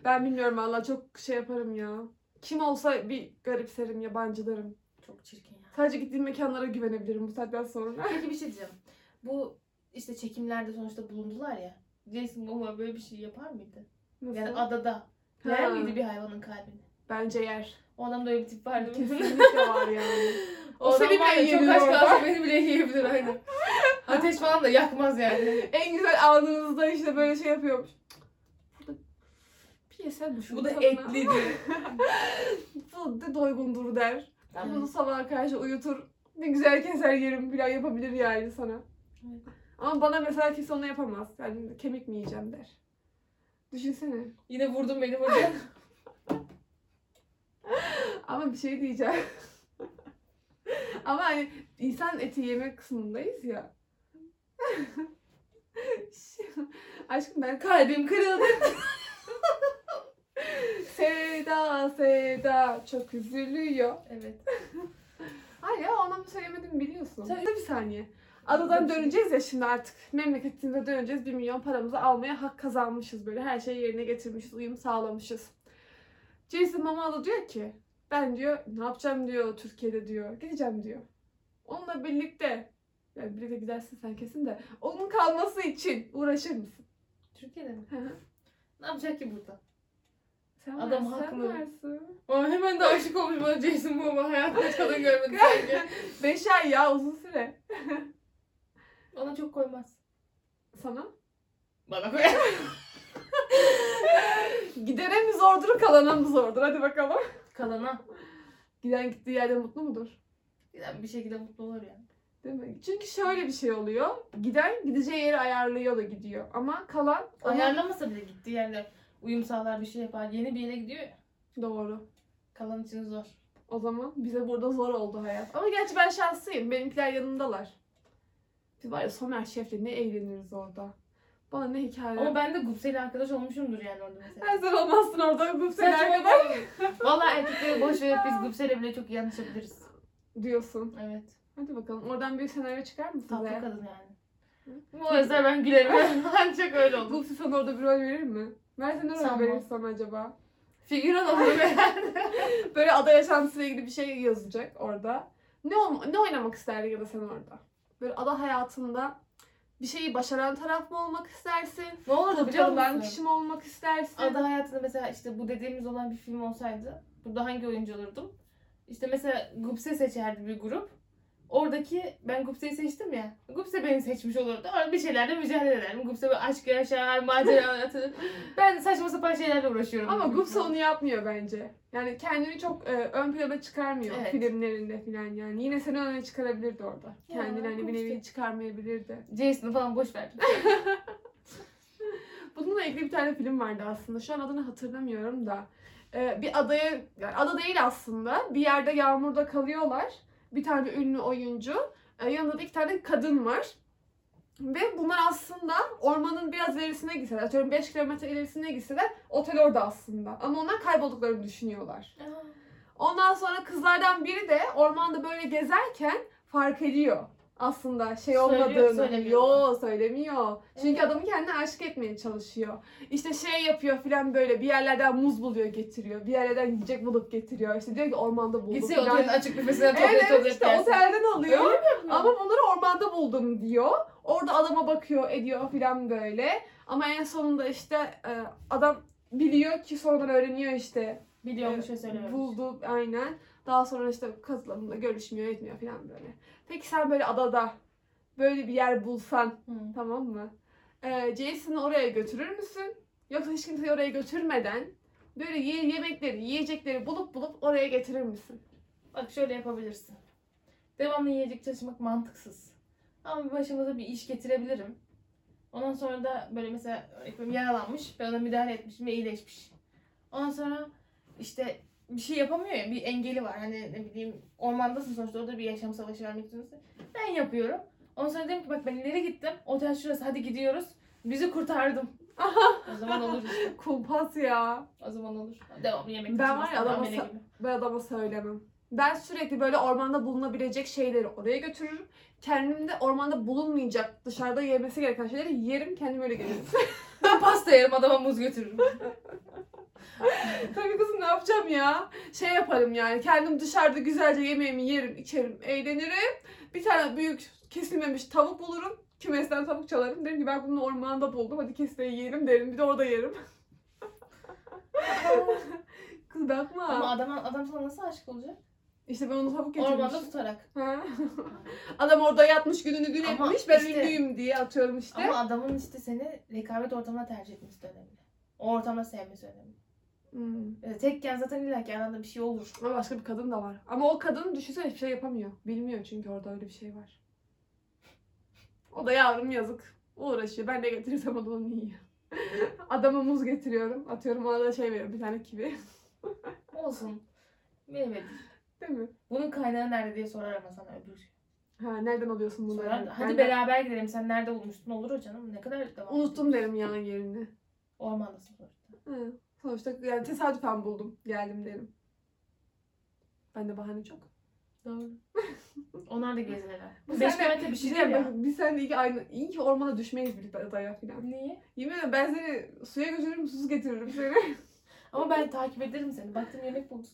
A: Ben bilmiyorum valla çok şey yaparım ya. Kim olsa bir garipserim, yabancılarım.
B: Çok çirkin ya.
A: Sadece gittiğim mekanlara güvenebilirim bu saatten sonra.
B: Peki bir şey diyeceğim. Bu işte çekimlerde sonuçta bulundular ya. Jason Momoa böyle bir şey yapar mıydı?
A: Nasıl?
B: Yani adada.
A: Ha,
B: Yer miydi bir hayvanın kalbini?
A: Bence yer.
B: O adamda öyle bir tip vardı.
A: Kesinlikle var yani.
B: O,
A: O
B: adam
A: seni
B: var
A: bile
B: ya, çok
A: yiyebilir
B: aç
A: orada.
B: kalsa beni bile yiyebilir aynen. Ateş falan da yakmaz yani.
A: en güzel anınızda işte böyle şey yapıyormuş. Burada bir yesen bu şunu tadına. Bu da doygundur der.
B: Tamam.
A: Bunu sabah karşı uyutur. Ne güzel keser yerim falan yapabilir yani sana.
B: Evet.
A: Ama bana mesela kimse onu yapamaz. Yani kemik mi yiyeceğim der. Düşünsene.
B: Yine vurdun beni burada.
A: Ama bir şey diyeceğim. Ama hani insan eti yemek kısmındayız ya. Şu- Aşkım ben
B: Kalbim kırıldı.
A: Seda Seda çok üzülüyor.
B: Evet.
A: Hayır ya o anlamda söylemedim biliyorsun.
B: Tabii.
A: Bir saniye. Adadan
B: şey.
A: döneceğiz ya şimdi artık. Memleketimize döneceğiz. 1 milyon paramızı almaya hak kazanmışız böyle. Her şeyi yerine getirmişiz. Uyum sağlamışız. Jason Momoa da diyor ki ben diyor ne yapacağım diyor Türkiye'de diyor. Gideceğim diyor. Onunla birlikte yani birlikte gidersin sen kesin de onun kalması için uğraşır mısın?
B: Türkiye'de mi?
A: Hı hı.
B: Ne yapacak ki burada?
A: sen
B: Adam
A: varsın,
B: haklı.
A: Sen varsın.
B: Aa, hemen de aşık olmuş bana Jason Momoa hayatımda hiç kadın görmedi sanki.
A: Beş ay ya uzun süre.
B: Ona çok koymaz.
A: Sana.
B: Bana koyar.
A: Gidene mi zordur kalana mı zordur hadi bakalım.
B: Kalana.
A: Giden gittiği yerde mutlu mudur?
B: Bir şekilde mutlu olur yani.
A: Değil mi? Çünkü şöyle bir şey oluyor. Giden gideceği yeri ayarlıyor da gidiyor. Ama kalan onun-
B: Ayarlamasa bile gittiği yerler uyum sağlar bir şey yapar. Yeni bir yere gidiyor ya.
A: Doğru.
B: Kalan için zor.
A: O zaman bize burada zor oldu hayat. Ama gerçi ben şanslıyım. Benimkiler yanımdalar. Biz var ya Somer Şef'le ne eğleniriz orada. Bana ne hikaye.
B: Ama ben de Gupse'yle arkadaş olmuşumdur yani orada mesela.
A: Ay, sen olmazsın orada gupseler
B: Saçma
A: kadar
B: Valla erkekleri boş verip biz Gupse'yle bile çok iyi anlaşabiliriz.
A: diyorsun.
B: Evet.
A: Hadi bakalım oradan bir senaryo çıkar mı
B: Tatlı
A: size?
B: kadın yani. O yüzden ben gülerim. Ancak öyle olur.
A: Gupse sana orada bir rol verir mi? Mersin ne rol
B: Sanmam.
A: verir sana acaba?
B: Figüran olurum yani.
A: Böyle ada yaşantısıyla ilgili bir şey yazacak orada. Ne olma- ne oynamak isterdin ya da sen orada? Böyle ada hayatında bir şeyi başaran taraf mı olmak istersin?
B: ne olurdu biliyor
A: Kurtarılan
B: musun?
A: kişi mi olmak istersin?
B: Ada hayatında mesela işte bu dediğimiz olan bir film olsaydı burada hangi oyuncu olurdum? İşte mesela Gupse seçerdi bir grup. Oradaki ben Gupse'yi seçtim ya. Gupse beni seçmiş olurdu. Orada bir şeylerle mücadele ederdim. Gupse böyle aşk yaşar, macera anlatır. Ben saçma sapan şeylerle uğraşıyorum.
A: Ama Gupse onu yapmıyor bence. Yani kendini çok e, ön plana çıkarmıyor
B: Evet.
A: filmlerinde falan yani. Yine seni öne çıkarabilirdi orada.
B: Ya,
A: Kendini hani bir nevi
B: Gupse.
A: çıkarmayabilirdi.
B: Jason'ı falan boş ver.
A: Bununla ilgili bir tane film vardı aslında. Şu an adını hatırlamıyorum da. Ee, bir adaya, yani ada değil aslında. Bir yerde yağmurda kalıyorlar. Bir tane ünlü oyuncu. Ee, yanında da iki tane kadın var. Ve bunlar aslında ormanın biraz ilerisine gitseler, atıyorum 5 kilometre ilerisine gitseler otel orada aslında. Ama onlar kaybolduklarını düşünüyorlar. Ondan sonra kızlardan biri de ormanda böyle gezerken fark ediyor aslında şey
B: Söylüyor,
A: olmadığını.
B: söylemiyor.
A: Yo söylemiyor. Çünkü
B: Evet.
A: adamı kendine aşık etmeye çalışıyor. İşte şey yapıyor filan böyle bir yerlerden muz buluyor getiriyor. Bir yerlerden yiyecek bulup getiriyor. İşte diyor ki ormanda buldum
B: Gitse
A: filan.
B: otelin açık büfesinden toplayıp
A: Evet
B: toplayıp
A: işte
B: gelsin.
A: otelden alıyor.
B: Öyle mi?
A: Ama bunları rüyada buldum diyor. Orada adama bakıyor ediyor filan böyle. Ama en sonunda işte e, adam biliyor ki sonradan öğreniyor işte.
B: Biliyormuş ve
A: E,
B: söylüyormuş.
A: Buldu aynen. Daha sonra işte kadınla görüşmüyor etmiyor filan böyle. Peki sen böyle adada böyle bir yer bulsan
B: Hı.
A: tamam mı? E, Jason'ı oraya götürür müsün? Yoksa hiç kimseyi oraya götürmeden böyle ye- yemekleri, yiyecekleri bulup bulup oraya getirir misin?
B: Bak şöyle yapabilirsin. Devamlı yiyecek çalışmak mantıksız. Ama bir başımıza bir iş getirebilirim. Ondan sonra da böyle mesela örnek veriyorum yaralanmış. Ben ona müdahale etmişim ve iyileşmiş. Ondan sonra işte bir şey yapamıyor ya. Bir engeli var. Hani ne bileyim ormandasın sonuçta. Orada bir yaşam savaşı vermek zorundasın. Ben yapıyorum. Ondan sonra dedim ki bak ben ileri gittim. Otel şurası hadi gidiyoruz. Bizi kurtardım. o zaman olur işte.
A: Kumpas ya.
B: O zaman olur. Devamlı yemek
A: Ben var ya
B: taşıması,
A: adama
B: amele
A: sa-
B: gibi.
A: Ben adama söylemem. Ben sürekli böyle ormanda bulunabilecek şeyleri oraya götürürüm. Kendim de ormanda bulunmayacak, dışarıda yemesi gereken şeyleri yerim, kendim öyle gelirim.
B: Ben pasta yerim adama muz götürürüm.
A: Tabii kızım ne yapacağım ya? Şey yaparım yani, kendim dışarıda güzelce yemeğimi yerim, içerim, eğlenirim. Bir tane büyük kesilmemiş tavuk bulurum. Kümesten tavuk çalarım. Derim ki ben bunu ormanda buldum, hadi kesle yiyelim derim. Bir de orada yerim. Kız bakma.
B: Ama adam, adam sana nasıl aşık olacak?
A: İşte ben onu tavuk
B: Ormanda
A: getirmiştim.
B: tutarak.
A: Ha. Adam orada yatmış gününü gün
B: Ama
A: etmiş ben
B: işte-
A: ünlüyüm diye atıyorum işte.
B: Ama adamın işte seni rekabet ortamına tercih etmesi de önemli. O ortamda sevmesi önemli.
A: Hmm.
B: Yani tekken zaten illa ki aranda bir şey olur.
A: Ama başka bir kadın da var. Ama o kadın düşünsene hiçbir şey yapamıyor. Bilmiyor çünkü orada öyle bir şey var. O da yavrum yazık. Uğraşıyor. Ben ne getirirsem o da onu yiyor. Adama muz getiriyorum. Atıyorum ona da şey veriyorum bir tane kivi.
B: Olsun. Bilemedik.
A: Değil mi?
B: Bunun kaynağı nerede diye sorar ama sana öbür.
A: Ha, nereden alıyorsun bunu?
B: Sorar. da, Hadi
A: Ben de
B: beraber gidelim. Sen nerede bulmuştun? Olur o canım. Ne kadar devam
A: Unuttum derim yani yerini.
B: Ormandasın sonuçta.
A: Hı. Sonuçta yani tesadüfen buldum. Geldim derim. Bende bahane çok.
B: Doğru. Onlar da gezineler.
A: Bu
B: Bu 5
A: sene-
B: kilometre bir şey değil
A: Cidden
B: ya.
A: bak biz seninle iyi ki aynı, iyi ki ormana düşmeyiz birlikte adaya falan.
B: Niye?
A: Yemin ederim ben seni suya götürürüm, susuz getiririm seni.
B: Ama ben takip ederim seni. Baktım yemek buldun.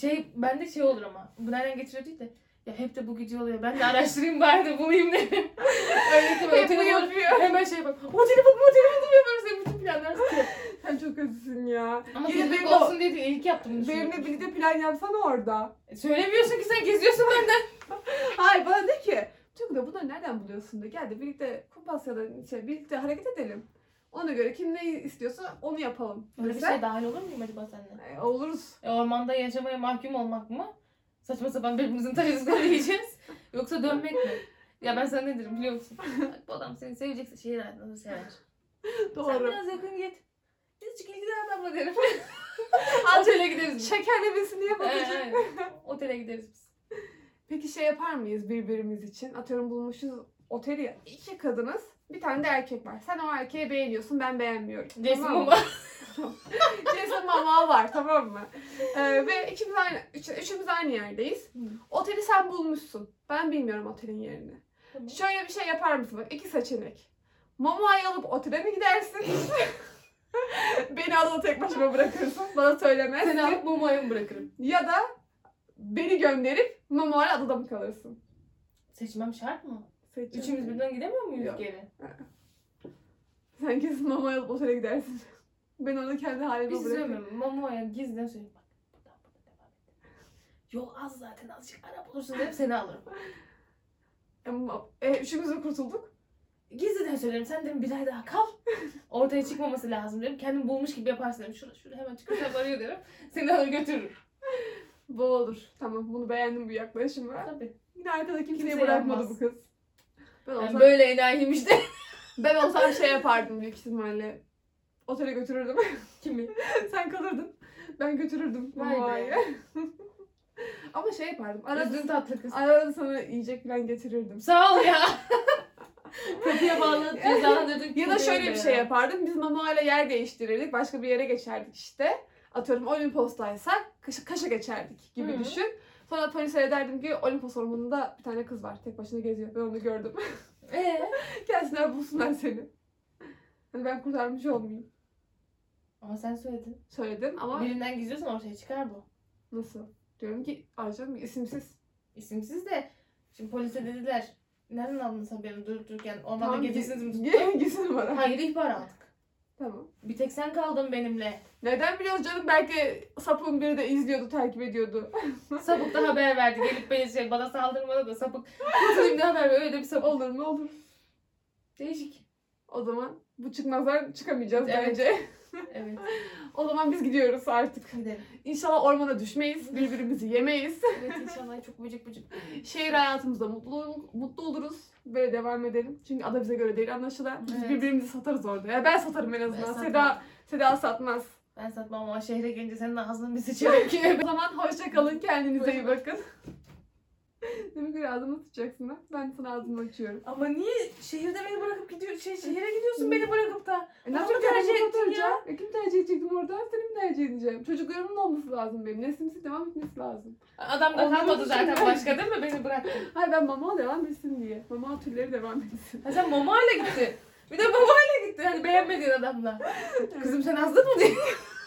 B: Şey, bende şey olur ama. Bu nereden getiriyor değil de. Ya hep de bu gidiyor oluyor. Ben de araştırayım bari de bulayım derim. Öyle ki böyle
A: Hep bu
B: telefonu-
A: yapıyor.
B: Hemen şey bak. O telefon bu telefon diye böyle senin bütün planlar tutuyor.
A: Sen çok kötüsün ya.
B: Ama
A: Yine
B: birlik
A: benim o-
B: olsun diye değil. İlk yaptım bunu.
A: Benimle
B: şimdi.
A: birlikte plan yapsana orada.
B: E, Söylemiyorsun ki sen geziyorsun benden.
A: Hayır bana de ki. Çünkü de bunları nereden buluyorsun da gel de birlikte kumpas ya da şey, birlikte hareket edelim. Ona göre kim ne istiyorsa onu yapalım.
B: Böyle bir
A: Mesela,
B: şey dahil olur muyum acaba seninle?
A: e, oluruz.
B: E, ormanda yaşamaya mahkum olmak mı? Saçma sapan birbirimizin taşıdıklarını yiyeceğiz. Yoksa dönmek mi? Ya ben sana ne derim biliyor musun? Bak, bu adam seni sevecekse şehir hayatını sever. Sen
A: Doğru.
B: biraz yakın git. Azıcık ilgilen adamla derim. Otele gideriz biz.
A: Şekerlemesini
B: Ee,
A: yapacağız.
B: aynen. Otele gideriz biz.
A: Peki şey yapar mıyız birbirimiz için? Atıyorum bulmuşuz oteli ya. İki kadınız, bir tane de erkek var. Sen o erkeği beğeniyorsun, ben beğenmiyorum.
B: Jason
A: Tamam mı?
B: Momoa.
A: Jason Momoa var tamam mı? Ee, ve ikimiz aynı, üç- üçümüz aynı yerdeyiz.
B: Hı.
A: Oteli sen bulmuşsun. Ben bilmiyorum otelin yerini.
B: Tamam.
A: Şöyle bir şey yapar mısın? Bak iki seçenek. Momoa'yı alıp otele mi gidersin? Beni adada tek başıma bırakırsın. Bana söylemezsin.
B: Seni alıp Momoa'ya mı bırakırım?
A: Ya da beni gönderip Momoa'yla adada mı kalırsın?
B: Seçmem şart mı?
A: Seçim.
B: Üçümüz birden gidemiyor muyuz
A: Yok.
B: geri?
A: Sen kesin mama alıp otele gidersin. Ben onu kendi halime
B: Bir şey söyleyeyim
A: bırakırım.
B: mi? Momoa'ya gizliden söyleyeyim. Bak buradan buradan devam et. Yol az zaten azıcık ara bulursun derim seni alırım.
A: Ama e, üçümüz de kurtulduk.
B: Gizliden söylerim sen derim bir ay daha kal. Ortaya çıkmaması lazım derim. Kendimi bulmuş gibi yaparsın derim. Şurada şurada hemen çıkacağım arıyor derim. Seni alır götürürüm.
A: Bu olur. Tamam bunu beğendim bu yaklaşımı.
B: Tabii.
A: Yine arkada kimseyi
B: Kimse
A: bırakmadı
B: yapmaz.
A: bu kız. Ben
B: Yani
A: olsam,
B: böyle enayiyim işte.
A: ben olsam şey yapardım büyük ihtimalle. Otele götürürdüm.
B: Kimi?
A: Sen kalırdın. Ben götürürdüm
B: Vay be.
A: mamayı. Ama şey yapardım. Arada,
B: Aradın tatlı kız.
A: arada sana yiyecek falan getirirdim.
B: Sağ ol ya. Kapıya bağlanıp cezalandırdık.
A: Ya da şöyle bir şey
B: yap.
A: yapardım. Biz mamayla yer değiştirirdik. Başka bir yere geçerdik işte. Atıyorum Olimpos'taysa Kaş'a, Kaş'a geçerdik gibi
B: Hı.
A: düşün. Sonra polise derdim ki Olimpos ormanında bir tane kız var. Tek başına geziyor. Ben onu gördüm.
B: Ee?
A: Gelsinler bulsunlar seni. Hani ben kurtarmış olmayayım.
B: Ama sen söyledin.
A: Söyledim ama
B: Birinden gizliyorsan ortaya çıkar bu.
A: nasıl? Diyorum ki Arcan isimsiz.
B: İsimsiz de şimdi polise dediler Nereden aldınız haberini durup dururken? Ormanda
A: Tamam,
B: gecesiniz mi tuttu?
A: Ge- Gizem var. ha.
B: Hayır ihbar aldık.
A: Tamam.
B: Bir tek sen kaldın benimle.
A: Neden biliyoruz canım? Belki sapın biri de izliyordu, takip ediyordu.
B: Sapık da haber verdi. Gelip beni şey, bana saldırmada da sapık. Kurtulayım ne haber ver. Öyle bir sapık.
A: olur mu olur.
B: Değişik.
A: O zaman bu çıkmazlar çıkamayacağız
B: Evet.
A: bence.
B: Evet.
A: O zaman biz gidiyoruz artık.
B: Gidelim.
A: İnşallah ormana düşmeyiz, birbirimizi yemeyiz.
B: Evet inşallah çok bıcık bıcık.
A: Şehir hayatımızda mutlu mutlu oluruz. Böyle devam edelim. Çünkü ada bize göre değil anlaşılan. Biz
B: Evet.
A: birbirimizi satarız orada. Ya ben satarım en azından.
B: satmam.
A: Seda Seda satmaz.
B: Ben satmam ama şehre gelince senin ağzını bir sıçarım ki.
A: o zaman hoşça kalın. Kendinize iyi
B: Hoşça
A: bakın. Demek ki ağzımı tutacaksın ha. Ben sana ağzımı açıyorum.
B: Ama niye şehirde beni bırakıp gidiyor şey, şehire gidiyorsun beni bırakıp da?
A: E
B: Bunu
A: yapacağım?
B: tercih
A: Bunu
B: ettin ya.
A: oturacağım. E, kim tercih edecektim orada? Seni mi tercih edeceğim? Çocuklarımın olması lazım benim. Neslimsi devam etmesi lazım.
B: Adam da
A: Onları
B: kalmadı zaten
A: düşünme.
B: başka değil mi? Beni bıraktın.
A: Hayır ben mama devam etsin diye. Mama türleri devam etsin.
B: Ha sen mamayla gitti. Bir de mamayla gitti. Hani beğenmediğin adamla. Kızım sen azdın mı diye.